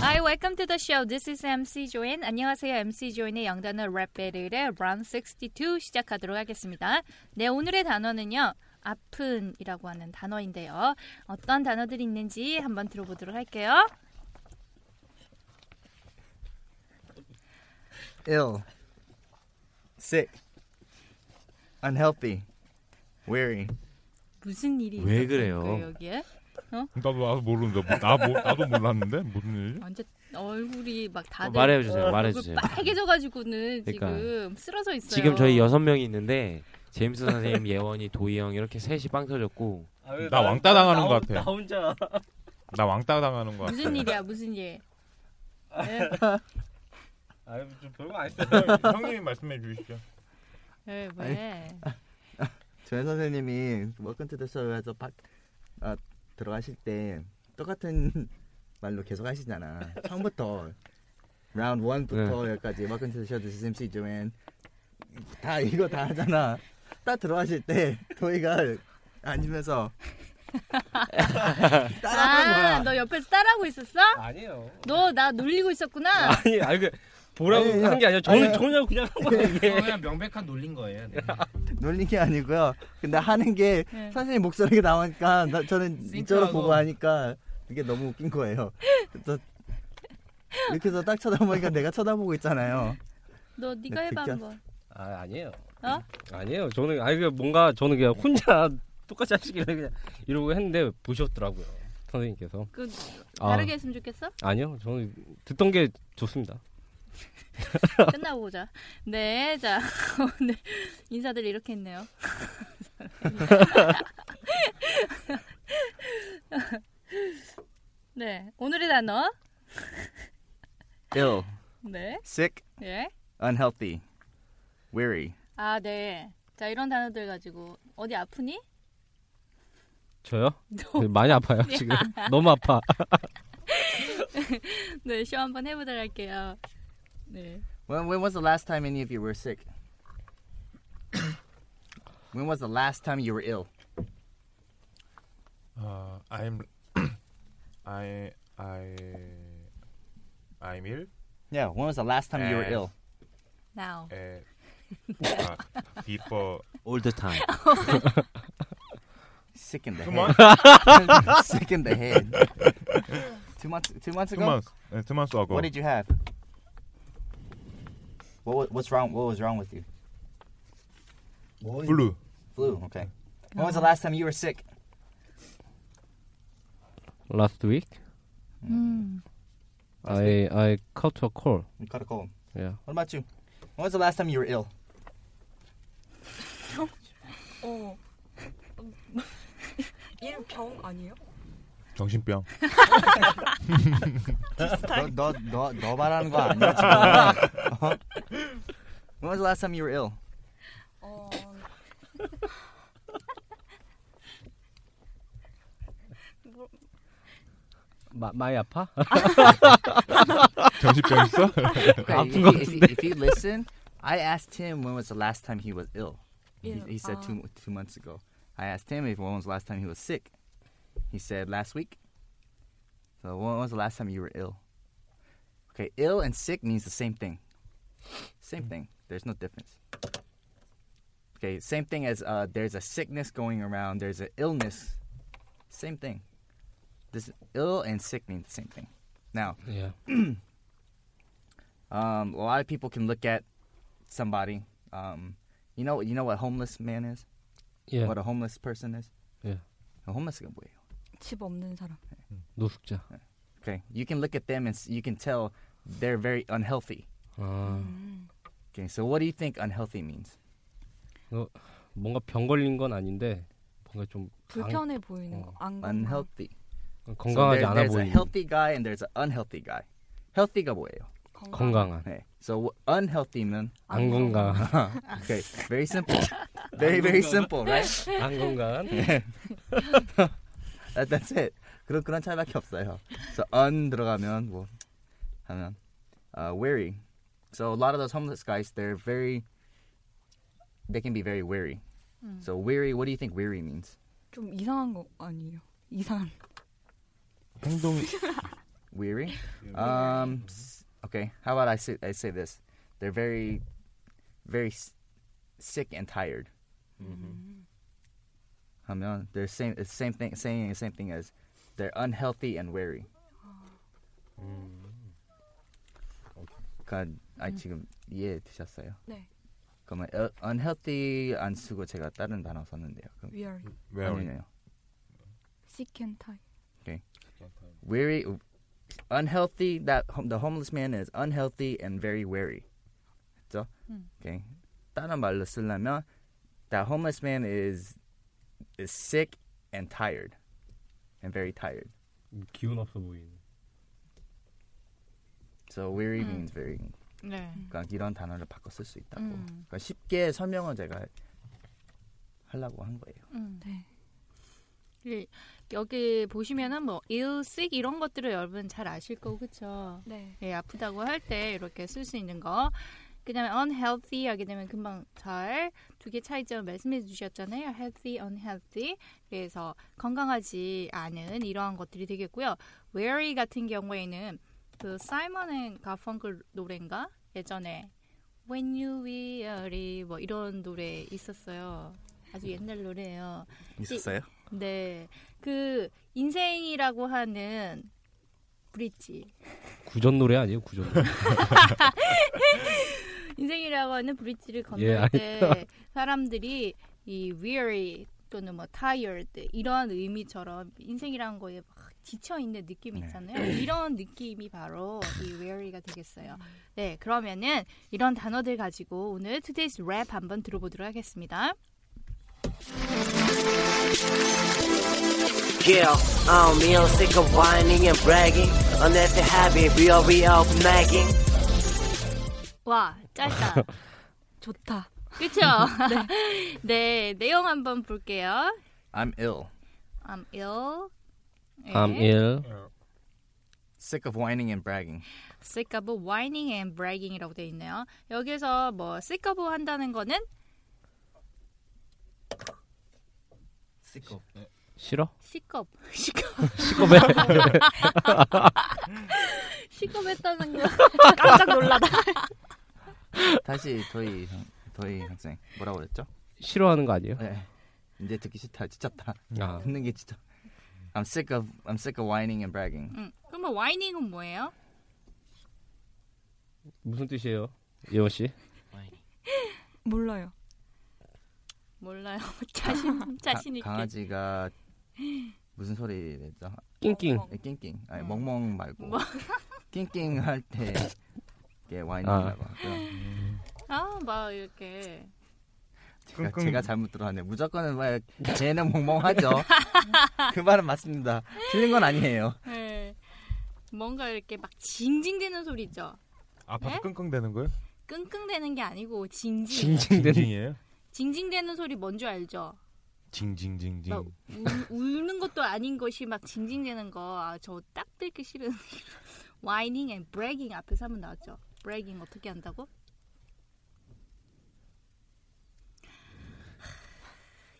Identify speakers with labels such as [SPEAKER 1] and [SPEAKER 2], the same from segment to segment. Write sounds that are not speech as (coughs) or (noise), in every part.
[SPEAKER 1] Hi, welcome to the show. This is MC Join. 안녕하세요. MC Join의 영단어 랩 배틀의 Round 62 시작하도록 하겠습니다. 네, 오늘의 단어는요. 아픈이라고 하는 단어인데요. 어떤 단어들이 있는지 한번 들어보도록 할게요.
[SPEAKER 2] ill, sick, unhealthy, weary.
[SPEAKER 1] 무슨 일이
[SPEAKER 3] 왜
[SPEAKER 1] 있었던
[SPEAKER 3] 그래요?
[SPEAKER 1] 거예요, 여기에?
[SPEAKER 4] 나도 나도 모르는데 뭐, 나 뭐, 나도 몰랐는데 무슨 일이지?
[SPEAKER 1] 완전 얼굴이 막
[SPEAKER 5] 어,
[SPEAKER 1] 다들
[SPEAKER 3] 어, 말해주세요.
[SPEAKER 1] 얼굴
[SPEAKER 3] 말해주세요.
[SPEAKER 1] 빨개져가지고는
[SPEAKER 3] 그러니까.
[SPEAKER 1] 지금 쓰러져 어, 있어요.
[SPEAKER 3] 지금 저희 여섯 명이 있는데 제임스 선생님, 예원이, 도희 형 이렇게 셋이 빵 터졌고
[SPEAKER 6] 그
[SPEAKER 4] 나 왕따 당하는 것 같아.
[SPEAKER 7] 아, 나 혼자
[SPEAKER 4] 나 왕따 당하는 거 같아.
[SPEAKER 1] 무슨 일이야, 무슨 일?
[SPEAKER 7] 아좀 별거 안 했어요
[SPEAKER 4] 형님이 말씀해 주시죠.
[SPEAKER 1] 왜, 왜? 아,
[SPEAKER 2] 조현 선생님이 Welcome to the Show에서 바, 아, 들어가실 때 똑같은 (laughs) 말로 계속 하시잖아. 처음부터 라운드 1부터
[SPEAKER 7] 네.
[SPEAKER 2] 여기까지 Welcome to the Show, this is MC Joanne. 다 이거 다 하잖아. 딱 들어가실 때 도희가 앉으면서 따라하는 거야.
[SPEAKER 1] 아, 너 옆에서 따라하고 있었어?
[SPEAKER 7] 아니에요
[SPEAKER 1] 너 나 놀리고 있었구나.
[SPEAKER 7] 아니 아니 그 보라고
[SPEAKER 2] 아니,
[SPEAKER 7] 하는 게 아니라 저는 저는 그냥 한 거예요 이게
[SPEAKER 8] 그냥 명백한 놀린 거예요. 네.
[SPEAKER 2] 놀린 게 아니고요. 근데 하는 게
[SPEAKER 1] 네.
[SPEAKER 2] 선생님 목소리가 나오니까 나, 저는 이쪽으로
[SPEAKER 8] 싱크하고.
[SPEAKER 2] 보고 하니까 이게 너무 웃긴 거예요. 그래서 이렇게 해서 딱 쳐다보니까 내가 쳐다보고 있잖아요.
[SPEAKER 1] 너 네가
[SPEAKER 2] 네,
[SPEAKER 1] 해봐
[SPEAKER 2] 듣기
[SPEAKER 1] 한번.
[SPEAKER 7] 아 아니에요
[SPEAKER 1] 어?
[SPEAKER 7] 아니에요 저는 아니 그 뭔가 저는 그냥 혼자 (laughs) 똑같이 하시길래 그냥 이러고 했는데 보셨더라고요 선생님께서
[SPEAKER 1] 그
[SPEAKER 3] 아,
[SPEAKER 1] 다르게 했으면 좋겠어?
[SPEAKER 7] 아니요 저는 듣던 게 좋습니다
[SPEAKER 1] 끝나고 보자. 네, 자 (laughs) 오늘 인사들 이렇게 했네요. (laughs) 네, 오늘의 단어.
[SPEAKER 2] ill,
[SPEAKER 1] 네,
[SPEAKER 2] sick,
[SPEAKER 1] 예.
[SPEAKER 2] unhealthy, weary.
[SPEAKER 1] 아, 네. 자 이런 단어들 가지고 어디 아프니?
[SPEAKER 7] 저요 네,
[SPEAKER 1] 너-
[SPEAKER 7] 많이 아파요 지금 너무 아파
[SPEAKER 1] 네, 쇼 한번 해보도록 할게요. 네.
[SPEAKER 2] When, when was the last time any of you were (coughs) sick? when was the last time you were ill?
[SPEAKER 4] 아, I'm (clears throat) I I I'm ill
[SPEAKER 2] Yeah, when was the last time you were
[SPEAKER 4] Eh.
[SPEAKER 2] ill?
[SPEAKER 1] Now.
[SPEAKER 4] at 아, before.
[SPEAKER 3] all the time.
[SPEAKER 2] Sick in the
[SPEAKER 4] Two
[SPEAKER 2] head.
[SPEAKER 4] months,
[SPEAKER 2] (laughs) sick in the head. two months. Two months
[SPEAKER 4] two
[SPEAKER 2] ago.
[SPEAKER 4] months, 네, two months ago.
[SPEAKER 2] What did you have? What wa- what's wrong? What was wrong with you?
[SPEAKER 4] Blue.
[SPEAKER 2] Flu. Okay. When was the last time you were sick?
[SPEAKER 7] last week
[SPEAKER 1] 음.
[SPEAKER 7] I I caught a cold
[SPEAKER 2] You caught a cold.
[SPEAKER 7] yeah
[SPEAKER 2] What about you? When was the last time you were ill?
[SPEAKER 1] 어.
[SPEAKER 9] 일병 아니에요?
[SPEAKER 4] 정신병.
[SPEAKER 2] 너너너 너, 너 말하는 거
[SPEAKER 4] (laughs)
[SPEAKER 2] 아니야? 지금? 어? Uh-huh. When was the last time you were ill?
[SPEAKER 9] 어.
[SPEAKER 7] 마, 많이 아파
[SPEAKER 4] 정신병 있어?
[SPEAKER 2] Okay, if, you, if, you, if you listen, I asked him when was the last time he was ill. He,
[SPEAKER 9] Ill,
[SPEAKER 2] he said
[SPEAKER 9] ah.
[SPEAKER 2] two two months ago. I asked him if when was the last time he was sick. He said last week. So when was the last time you were ill? Okay, ill and sick means the same thing. Same thing. There's no difference. Okay, same thing as uh, there's a sickness going around. There's an illness. Same thing. This ill and sick mean the same thing. Now,
[SPEAKER 7] Yeah.
[SPEAKER 2] um, a lot of people can look at somebody. Um, you know, you know what homeless man is.
[SPEAKER 7] Yeah.
[SPEAKER 2] What a homeless person is.
[SPEAKER 7] Yeah.
[SPEAKER 2] A homeless가 뭐예요?
[SPEAKER 9] 집 없는 사람.
[SPEAKER 7] 노숙자.
[SPEAKER 2] Okay, you can look at them and s- you can tell they're very unhealthy.
[SPEAKER 7] 아,
[SPEAKER 2] Okay, so what do you think unhealthy means?
[SPEAKER 7] 뭔가 병 걸린 건 아닌데 뭔가 좀 강-
[SPEAKER 8] 불편해 보이는
[SPEAKER 7] 어.
[SPEAKER 8] 거. 안 건강.
[SPEAKER 2] Unhealthy.
[SPEAKER 7] 건강하지
[SPEAKER 2] there-
[SPEAKER 7] 않아
[SPEAKER 2] there's a
[SPEAKER 7] 보이는.
[SPEAKER 2] healthy guy and there's an unhealthy guy. Healthy가 뭐예요?
[SPEAKER 7] 건강한.
[SPEAKER 2] Okay, so unhealthy는
[SPEAKER 7] 안 건강.
[SPEAKER 2] okay, very simple, very very simple, right?
[SPEAKER 7] 안 건강.
[SPEAKER 2] That, that's it. 그런 그런 차이밖에 없어요. So un 들어가면 뭐 하면 uh, weary. So a lot of those homeless guys, they're very, they can be very weary. So weary, what do you think weary means?
[SPEAKER 8] 좀 이상한 거 아니에요? 이상한.
[SPEAKER 2] 행동 weary. Um, s- okay. How about I say I say this? They're very, very s- sick and tired. 하면 they're same it's same thing saying the same thing as they're unhealthy and weary. 그러니까 아 지금 이해 되셨어요?
[SPEAKER 8] 네.
[SPEAKER 2] 그러면 어, unhealthy 안 쓰고 제가 다른 단어 썼는데요. 그럼
[SPEAKER 8] We are
[SPEAKER 4] 왜요?
[SPEAKER 2] 아니네요.
[SPEAKER 8] sick and tired.
[SPEAKER 2] weary, unhealthy. That hom- the homeless man is unhealthy and very weary. 그죠? Okay. 다른 말로 쓰려면 that homeless man is is sick and tired, and very tired.
[SPEAKER 7] 기운 없어 보이는.
[SPEAKER 2] So weary
[SPEAKER 1] 음.
[SPEAKER 2] means very.
[SPEAKER 1] 네.
[SPEAKER 2] 그러니까 이런 단어를 바꿔 쓸 수 있다고.
[SPEAKER 1] 음.
[SPEAKER 2] 그러니까 쉽게 설명을 제가 하려고 한 거예요.
[SPEAKER 1] 음.
[SPEAKER 8] 네.
[SPEAKER 1] 이- 여기 보시면은 뭐 ill, sick 이런 것들을 여러분 잘 아실 거고 그렇죠.
[SPEAKER 8] 네.
[SPEAKER 1] 예, 아프다고 할 때 이렇게 쓸 수 있는 거. 그다음에 unhealthy 하게 되면 금방 잘 두 개 차이점 말씀해 주셨잖아요. healthy, unhealthy. 그래서 건강하지 않은 이러한 것들이 되겠고요. weary 같은 경우에는 그 사이먼 앤 가펑클 노래인가? 예전에 When You Weary 뭐 이런 노래 있었어요. 아주 옛날 노래예요. 있었어요? 네. 그 인생이라고 하는 브릿지
[SPEAKER 7] 구전 노래 아니에요? 구전 노래.
[SPEAKER 1] 인생이라고 하는 브릿지를 건널
[SPEAKER 7] 예, 알죠.
[SPEAKER 1] 때 사람들이 이 weary 또는 뭐 tired 이런 의미처럼 인생이라는 거에 막 지쳐 있는 느낌 이
[SPEAKER 2] 네.
[SPEAKER 1] 있잖아요. 이런 느낌이 바로 이 weary가 되겠어요. 네, 그러면은 이런 단어들 가지고 오늘 today's rap 한번 들어보도록 하겠습니다.
[SPEAKER 10] Yeah, I'm real sick of whining and bragging. Unless they have it, we are we out nagging.
[SPEAKER 1] 와,
[SPEAKER 7] (laughs)
[SPEAKER 1] 짧다.
[SPEAKER 8] 좋다. (laughs)
[SPEAKER 1] 그쵸? (laughs) 네. 내용 한번 볼게요.
[SPEAKER 2] I'm ill,
[SPEAKER 1] I'm ill. 네.
[SPEAKER 7] I'm ill.
[SPEAKER 2] sick of whining and bragging.
[SPEAKER 1] sick of whining and bragging이라고 되어 있네요. 여기서 뭐 sick of 한다는 거는
[SPEAKER 2] Sick of.
[SPEAKER 7] 싫어?
[SPEAKER 1] 시겁 시겁 (laughs) 시겁했다는 거
[SPEAKER 8] 깜짝 놀라다.
[SPEAKER 2] 다시 도희 선- 도희 학생 뭐라고 그랬죠?
[SPEAKER 7] 싫어하는 거 아니에요?
[SPEAKER 2] 네. 이제 듣기 싫다. 지쳤다.
[SPEAKER 7] 아.
[SPEAKER 2] 듣는 게 지쳐. I'm sick of I'm sick of whining and bragging.
[SPEAKER 1] 음, 그러면 whining은 뭐예요?
[SPEAKER 7] 무슨 뜻이에요? 예원 씨?
[SPEAKER 8] 몰라요.
[SPEAKER 1] 몰라요. (laughs) 자신 자신 있게.
[SPEAKER 2] 아, 강아지가 무슨 소리 냈죠?
[SPEAKER 7] 낑낑.
[SPEAKER 2] 네, 낑낑. 아니
[SPEAKER 1] 음.
[SPEAKER 2] 멍멍 말고
[SPEAKER 1] 뭐.
[SPEAKER 2] 낑낑 할때 이게 whining이라고 하고요.
[SPEAKER 1] 아, 막 이렇게.
[SPEAKER 2] 제가, 제가 잘못 들어왔네요. 무조건은 뭐 쟤는 멍멍하죠. 그 말은 맞습니다. 틀린 건 아니에요.
[SPEAKER 1] 네. 뭔가 이렇게 막 징징대는 소리 있죠.
[SPEAKER 4] 아파서
[SPEAKER 1] 네?
[SPEAKER 4] 끙끙대는 거예요?
[SPEAKER 1] 끙끙대는 게 아니고 징징.
[SPEAKER 7] 징징대는.
[SPEAKER 4] 징징이에요?
[SPEAKER 1] 징징대는 소리 뭔지 알죠?
[SPEAKER 4] 징징징징.
[SPEAKER 1] 막 울, 울는 것도 아닌 것이 막 징징대는 거 아, 저 딱 듣기 싫은 (laughs) whining and bragging 앞에서 한번 나왔죠. bragging 어떻게 한다고?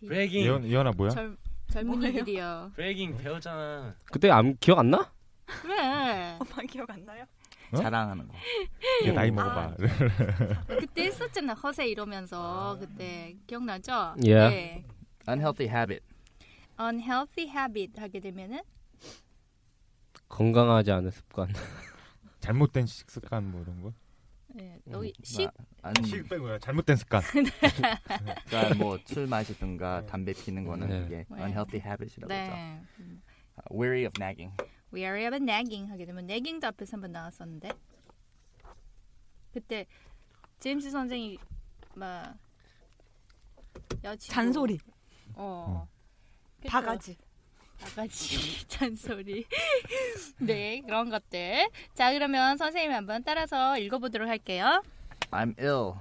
[SPEAKER 3] 브레이킹
[SPEAKER 4] 예원 예원아 뭐야?
[SPEAKER 1] 젊 젊은이들이요.
[SPEAKER 3] 브레이킹 배웠잖아.
[SPEAKER 7] 그때 안 기억 안 나?
[SPEAKER 1] 그래.
[SPEAKER 8] 엄마 기억 안 나요?
[SPEAKER 4] 어?
[SPEAKER 2] 자랑하는 거.
[SPEAKER 4] 얘 나이
[SPEAKER 8] 아,
[SPEAKER 4] 먹어봐.
[SPEAKER 1] 그때 했었잖아 허세 이러면서 그때 기억나죠?
[SPEAKER 7] 예.
[SPEAKER 1] 네.
[SPEAKER 2] Unhealthy habit.
[SPEAKER 1] unhealthy habit 하게 되면은
[SPEAKER 7] 건강하지 않은 습관.
[SPEAKER 4] 잘못된 식습관 뭐 이런 거?
[SPEAKER 1] 예, 여기
[SPEAKER 2] 음,
[SPEAKER 1] 식
[SPEAKER 2] 안,
[SPEAKER 4] 식 빼고요. 잘못된 (laughs) 습관.
[SPEAKER 2] 아, 그러니까 뭐 술 마시든가 담배 피는 거는
[SPEAKER 3] 네.
[SPEAKER 2] 이게
[SPEAKER 1] 네.
[SPEAKER 2] unhealthy habit이라고 하죠.
[SPEAKER 1] 네.
[SPEAKER 2] 아, weary of nagging.
[SPEAKER 1] Weary of nagging 하게 되면 nagging도 앞에서 한번 나왔었는데 그때 제임스 선생이 막 여친
[SPEAKER 8] 잔소리,
[SPEAKER 1] 어. 그쵸?
[SPEAKER 8] 바가지.
[SPEAKER 1] 바가지 (laughs) 잔소리. 네, 그런 것들. 자, 그러면 선생님 한번 따라서 읽어보도록 할게요.
[SPEAKER 2] I'm ill,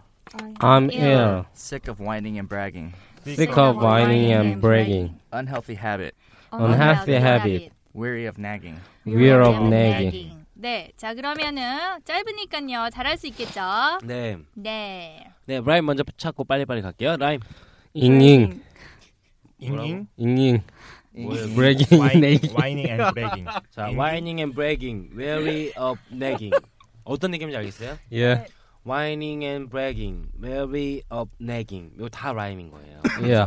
[SPEAKER 7] I'm
[SPEAKER 1] Ill.
[SPEAKER 7] ill,
[SPEAKER 2] sick of whining and bragging.
[SPEAKER 7] sick of whining and bragging,
[SPEAKER 2] Unhealthy habit,
[SPEAKER 8] 어.
[SPEAKER 9] 어.
[SPEAKER 7] unhealthy habit,
[SPEAKER 2] weary of
[SPEAKER 4] (laughs)
[SPEAKER 2] nagging.
[SPEAKER 7] we're of nagging.
[SPEAKER 1] 네, 자 그러면은 짧으니까요 잘할 수 있겠죠.
[SPEAKER 5] 네.
[SPEAKER 1] 네.
[SPEAKER 5] 네, 라임 먼저 찾고 빨리빨리 갈게요. 라임.
[SPEAKER 7] 잉잉,
[SPEAKER 5] 잉잉?
[SPEAKER 7] 잉잉,
[SPEAKER 5] 뭐예요?
[SPEAKER 7] bragging, (laughs)
[SPEAKER 5] 와인-
[SPEAKER 7] nagging.
[SPEAKER 5] whining and
[SPEAKER 2] (laughs)
[SPEAKER 5] bragging. 자, whining and bragging. Wary of nagging. 어떤 느낌인지 알겠어요?
[SPEAKER 7] 예,
[SPEAKER 5] whining and bragging. Wary of nagging. 이거 다 라임인
[SPEAKER 4] (laughs)
[SPEAKER 5] 거예요.
[SPEAKER 7] 예.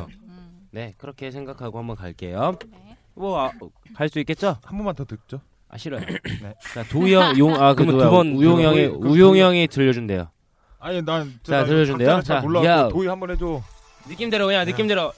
[SPEAKER 5] 네, 그렇게 생각하고 한번 갈게요. 뭐갈 수 있겠죠?
[SPEAKER 4] 한 번만 더 듣죠.
[SPEAKER 5] 아 싫어요.
[SPEAKER 4] 네.
[SPEAKER 5] 자, 도영 용아그
[SPEAKER 7] 그러면 그,
[SPEAKER 5] 누구야?
[SPEAKER 7] 두 번,
[SPEAKER 5] 우용
[SPEAKER 7] 두
[SPEAKER 5] 형이
[SPEAKER 7] 번.
[SPEAKER 5] 우용 형이 들려준대요.
[SPEAKER 4] 아니 난
[SPEAKER 5] 자, 들려준대요. 자,
[SPEAKER 4] 자,
[SPEAKER 5] 야.
[SPEAKER 4] 몰라. 도희 한번 해줘.
[SPEAKER 5] 느낌대로 그냥 느낌대로.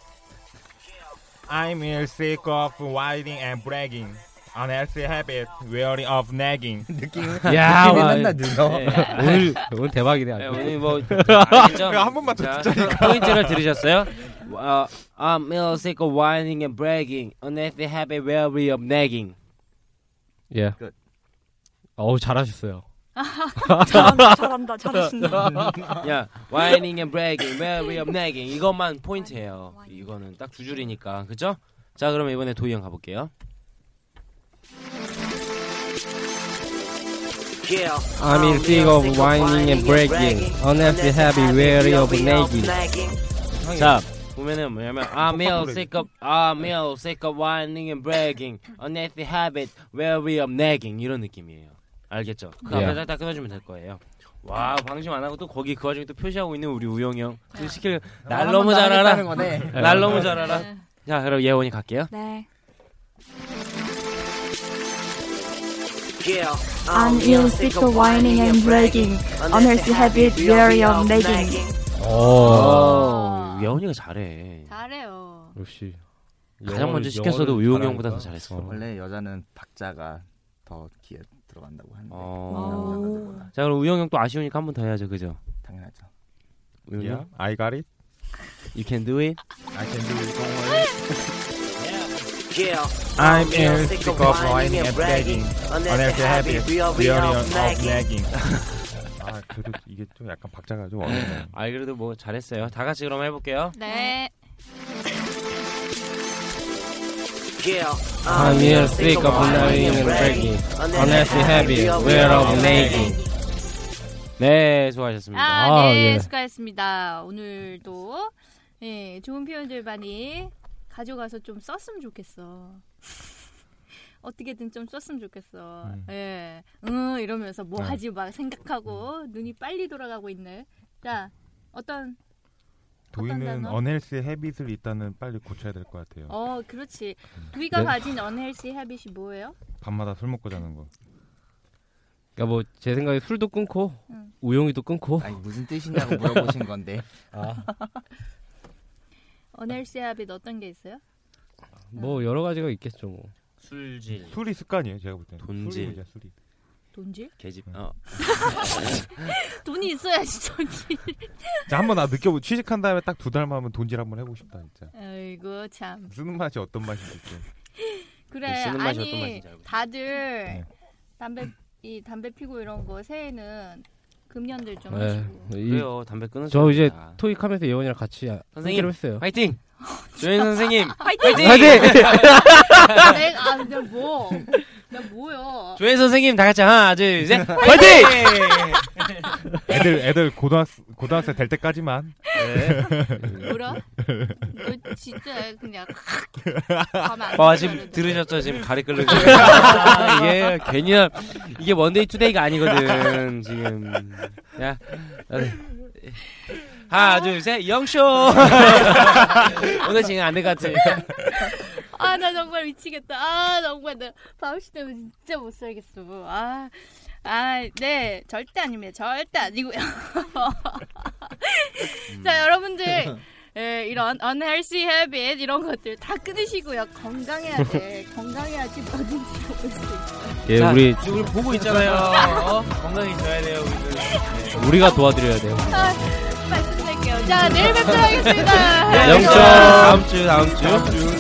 [SPEAKER 4] I'm ill, sick of whining and bragging. Unhealthy habit, weary of nagging.
[SPEAKER 2] 느낌.
[SPEAKER 7] (laughs) 야,
[SPEAKER 2] 느낌이
[SPEAKER 7] 와,
[SPEAKER 2] 맨날 (laughs) 늘어.
[SPEAKER 5] 네.
[SPEAKER 7] 아, 오늘 오늘 대박이네.
[SPEAKER 5] 네,
[SPEAKER 7] 아주.
[SPEAKER 5] 오늘
[SPEAKER 7] (laughs)
[SPEAKER 5] 뭐 알겠죠?
[SPEAKER 4] 야, 한 번만 더
[SPEAKER 5] 자,
[SPEAKER 4] 듣자니까.
[SPEAKER 5] 포인트를 들으셨어요? 와, I'm ill, sick of 아, whining and bragging. Unhealthy habit, weary of nagging.
[SPEAKER 7] 예.
[SPEAKER 2] 끝.
[SPEAKER 7] 어우 잘하셨어요.
[SPEAKER 8] 잘한다, 잘한다, 잘하신다.
[SPEAKER 5] 야, whining and bragging, weary of nagging. 이것만 포인트예요. 이거는 딱 두 줄이니까, 그죠? 자, 그럼 이번에 도희 형 가볼게요.
[SPEAKER 10] Yeah.
[SPEAKER 7] I'm
[SPEAKER 10] I'm
[SPEAKER 7] in sick
[SPEAKER 10] ill,
[SPEAKER 7] of whining and bragging. Unhappy, happy, weary of nagging.
[SPEAKER 5] 자, 보면은 뭐냐면 아, I'm ill, sick of, I'm ill, sick of 아, whining and bragging. Unhealthy habit, weary of nagging. 이런 느낌이에요. 알겠죠? 그
[SPEAKER 7] 예.
[SPEAKER 5] 앞에 딱딱 끊어주면 될 거예요. 와, 방심 안 하고 또 거기 그 와중에 또 표시하고 있는 우리 우영이
[SPEAKER 2] 네.
[SPEAKER 5] 형. 그 시킬 날 너무 잘 알아.
[SPEAKER 2] 하겠다는 거네.
[SPEAKER 5] (laughs) 날 너무 잘 알아. 자, 그럼 예원이 갈게요.
[SPEAKER 8] 네.
[SPEAKER 10] Yeah.
[SPEAKER 11] I'm ill, sick of Um, whining and bragging. Unhealthy habit, weary of nagging.
[SPEAKER 5] 오,
[SPEAKER 2] 아.
[SPEAKER 7] Oh,
[SPEAKER 5] 어, 예원이가 잘해.
[SPEAKER 1] 어, 잘해요.
[SPEAKER 7] 역시
[SPEAKER 5] 가장 먼저 시켰어도 우용이 형보다 더 잘했어.
[SPEAKER 2] 원래 여자는 박자가 더 귀에 들어간다고 하는데
[SPEAKER 5] 어.
[SPEAKER 8] 오.
[SPEAKER 5] 자 그럼 우영이 형또 아쉬우니까 한 번 더 해야죠, 그죠?
[SPEAKER 2] 당연하죠.
[SPEAKER 5] 우영이
[SPEAKER 4] Yeah,
[SPEAKER 5] 형?
[SPEAKER 4] I got it.
[SPEAKER 5] You can do it.
[SPEAKER 4] I can do it. Don't (laughs) worry.
[SPEAKER 10] Yeah.
[SPEAKER 4] I'm ill, sick of whining and bragging. Unhealthy habit, weary of nagging. 아, 그래도 이게 좀 약간 박자가 좀 어려워.
[SPEAKER 5] 아 그래도 뭐 잘했어요. 다 같이 그럼 해볼게요.
[SPEAKER 1] 네.
[SPEAKER 10] Yeah.
[SPEAKER 7] I'm ill, sick of whining and bragging. Unhappy, happy, weary of nagging.
[SPEAKER 5] 네, 수고하셨습니다.
[SPEAKER 1] 아,
[SPEAKER 7] 아,
[SPEAKER 1] 네,
[SPEAKER 7] 예.
[SPEAKER 1] 수고하셨습니다. 오늘도 예, 좋은 표현들 많이 가져가서 좀 썼으면 좋겠어. (laughs) 어떻게든 좀 썼으면 좋겠어. 예, 응 이러면서 뭐
[SPEAKER 4] 네.
[SPEAKER 1] 하지 막 생각하고 눈이 빨리 돌아가고 있네. 자, 어떤
[SPEAKER 4] 도희는
[SPEAKER 1] 단어?
[SPEAKER 4] unhealthy habit을 일단은 빨리 고쳐야 될 것 같아요.
[SPEAKER 1] 어, 그렇지. 우리가
[SPEAKER 7] 네.
[SPEAKER 1] 가진 언헬시 헤빗이 뭐예요?
[SPEAKER 4] 밤마다 술 먹고 자는 거.
[SPEAKER 7] 그러니까 뭐 제 생각에 술도 끊고
[SPEAKER 1] 응.
[SPEAKER 7] 우용이도 끊고.
[SPEAKER 2] 아니 무슨 뜻이냐고 물어보신 건데
[SPEAKER 1] 언헬시 헤빗 어떤 게 있어요?
[SPEAKER 7] 뭐 여러 가지가 있겠죠 뭐.
[SPEAKER 5] 술질,
[SPEAKER 4] 술이 습관이에요, 제가 볼 때는.
[SPEAKER 5] 네. 돈질.
[SPEAKER 4] 술이 문제야, 술이.
[SPEAKER 1] 돈질?
[SPEAKER 5] 계집. 어.
[SPEAKER 1] 돈이 있어야지 돈질.
[SPEAKER 4] 자, 한번 나 느껴보. 취직한 다음에 딱 두 달만 하면 돈질 한번 해보고 싶다, 진짜.
[SPEAKER 1] 아이고 참.
[SPEAKER 4] 쓰는 맛이 어떤 맛인지 좀.
[SPEAKER 1] 그래
[SPEAKER 5] 네, 쓰는 맛이 어떤
[SPEAKER 1] 아니
[SPEAKER 5] 맛인지 알고 있어요.
[SPEAKER 1] 다들 담배 이 담배 피고 이런 거 새해는 금년들 좀
[SPEAKER 7] 네. (laughs)
[SPEAKER 1] 하시고
[SPEAKER 7] 이-
[SPEAKER 5] 그래요. 담배 끊으세요.
[SPEAKER 7] 저 이제
[SPEAKER 5] 다.
[SPEAKER 7] 토익하면서 예원이랑 같이
[SPEAKER 5] 선생님.
[SPEAKER 7] 선생님 했어요.
[SPEAKER 5] 화이팅. 조현 선생님.
[SPEAKER 1] 파이팅!
[SPEAKER 7] 화이팅!
[SPEAKER 1] 내가 아, 내가 뭐? 내가 뭐요?
[SPEAKER 5] 조현 선생님 다 같이 하나, 둘, 셋. 화이팅!
[SPEAKER 4] 애들 애들 고등학생 고등학생 될 때까지만.
[SPEAKER 1] 뭐라? 너 진짜 그냥 가면 안 된다
[SPEAKER 5] 와 지금
[SPEAKER 1] 그러는데.
[SPEAKER 5] 들으셨죠? 지금 가리 끓는 소리. (laughs) 아, 이게 괜히 이게 원데이 투데이가 아니거든 지금. 야 나도- (laughs) 하나 둘셋 영쇼 오늘 지금 안 될 것 같아.
[SPEAKER 1] 아 나 정말 미치겠다. 아 정말 나 바우씨 때문에 진짜 못 살겠어. 아. 아, 네, 절대 아닙니다. 절대 아니고요. 자, 여러분들, 예, 이런 unhealthy habit 이런 것들 다 끊으시고요. 건강해야 돼. 건강해야지 뭐든지 좋을 수 있어요.
[SPEAKER 5] 예,
[SPEAKER 7] 자, 우리-
[SPEAKER 5] 우리 보고 있잖아요. 어? 건강해져야 돼요, 우리들.
[SPEAKER 7] 우리가 도와드려야 돼요.
[SPEAKER 1] 아,
[SPEAKER 5] 네,
[SPEAKER 1] 말씀드릴게요. 자, 내일 뵙도록 하겠습니다.
[SPEAKER 5] 영철 다음 주 다음 주.